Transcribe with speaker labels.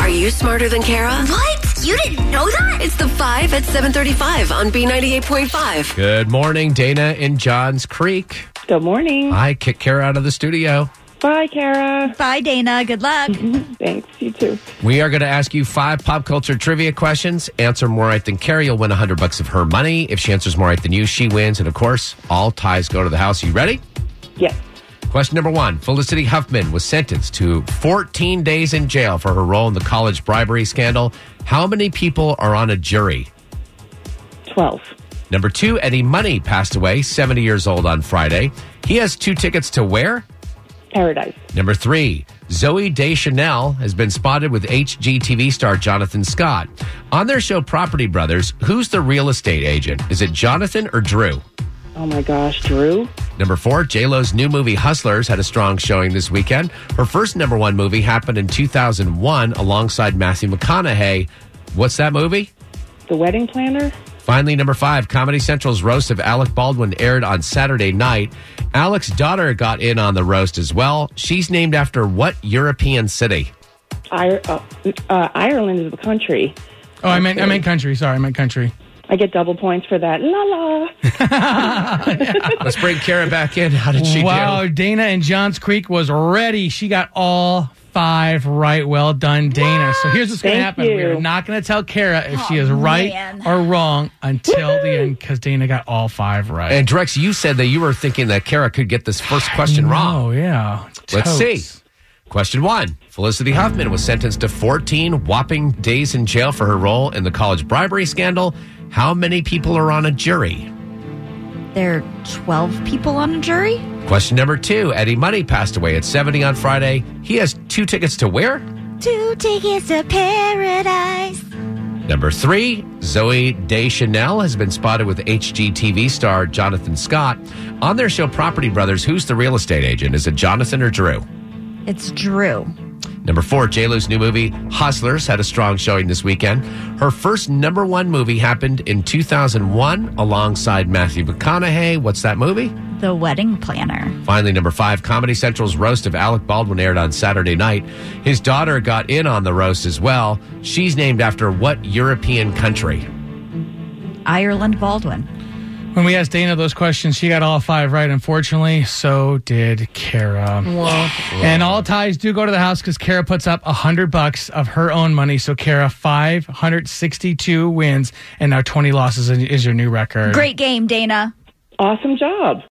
Speaker 1: Are you smarter than Kara?
Speaker 2: What? You didn't know that?
Speaker 1: It's the 5 at 735 on B98.5.
Speaker 3: Good morning, Dana in Johns Creek.
Speaker 4: Good morning.
Speaker 3: I kicked Kara out of the studio.
Speaker 4: Bye, Kara.
Speaker 2: Bye, Dana. Good luck.
Speaker 4: Thanks. You too.
Speaker 3: We are going to ask you five pop culture trivia questions. Answer more right than Carrie, you'll win 100 bucks of her money. If she answers more right than you, she wins. And of course, all ties go to the house. You ready?
Speaker 4: Yes.
Speaker 3: Question number one Felicity Huffman was sentenced to 14 days in jail for her role in the college bribery scandal. How many people are on a jury?
Speaker 4: 12.
Speaker 3: Number two, Eddie Money passed away, 70 years old on Friday. He has two tickets to where?
Speaker 4: Paradise.
Speaker 3: Number three, Zoe Deschanel has been spotted with HGTV star Jonathan Scott. On their show Property Brothers, who's the real estate agent? Is it Jonathan or Drew?
Speaker 4: Oh my gosh, Drew.
Speaker 3: Number four, J-Lo's new movie Hustlers had a strong showing this weekend. Her first number one movie happened in 2001 alongside Matthew McConaughey. What's that movie?
Speaker 4: The wedding planner.
Speaker 3: Finally, number five, Comedy Central's roast of Alec Baldwin aired on Saturday night. Alec's daughter got in on the roast as well. She's named after what European city?
Speaker 4: I, uh, uh, Ireland is the country.
Speaker 5: Oh, I meant I meant country. Sorry, I meant country.
Speaker 4: I get double points for that. La la.
Speaker 3: Let's bring Kara back in. How did she
Speaker 5: wow,
Speaker 3: do?
Speaker 5: Dana in Johns Creek was ready. She got all five right. Well done, Dana. So here's what's going to
Speaker 4: Thank
Speaker 5: happen.
Speaker 4: you. Oh,
Speaker 5: We're not going to tell Kara if she is
Speaker 2: Aw,
Speaker 5: right
Speaker 2: man.
Speaker 5: or wrong until the end because Dana got all five right.
Speaker 3: And Drex, you said that you were thinking that Kara could get this first question wrong.
Speaker 5: Oh yeah.
Speaker 3: Let's see.
Speaker 5: Totes.
Speaker 3: Question one Felicity Huffman was sentenced to 14 whopping days in jail for her role in the college bribery scandal. How many people are on a jury?
Speaker 2: There are 12 people on a jury?
Speaker 3: Question number two Eddie Money passed away at 70 on Friday. He has two tickets to where?
Speaker 2: Two tickets to paradise.
Speaker 3: Number three, Zoe Deschanel has been spotted with HGTV star Jonathan Scott. On their show Property Brothers, who's the real estate agent? Is it Jonathan or Drew?
Speaker 2: It's Drew.
Speaker 3: Number four, JLo's new movie Hustlers had a strong showing this weekend. Her first number one movie happened in 2001 alongside Matthew McConaughey. What's that movie?
Speaker 2: The wedding planner.
Speaker 3: Finally, number five, Comedy Central's roast of Alec Baldwin aired on Saturday night. His daughter got in on the roast as well. She's named after what European country?
Speaker 2: Ireland Baldwin.
Speaker 5: When we asked Dana those questions, she got all five right, unfortunately. So did Kara. And all ties do go to the house because Kara puts up 100 bucks of her own money. So Kara, 562 wins, and now 20 losses is- is your new record.
Speaker 2: Great game, Dana.
Speaker 4: Awesome job.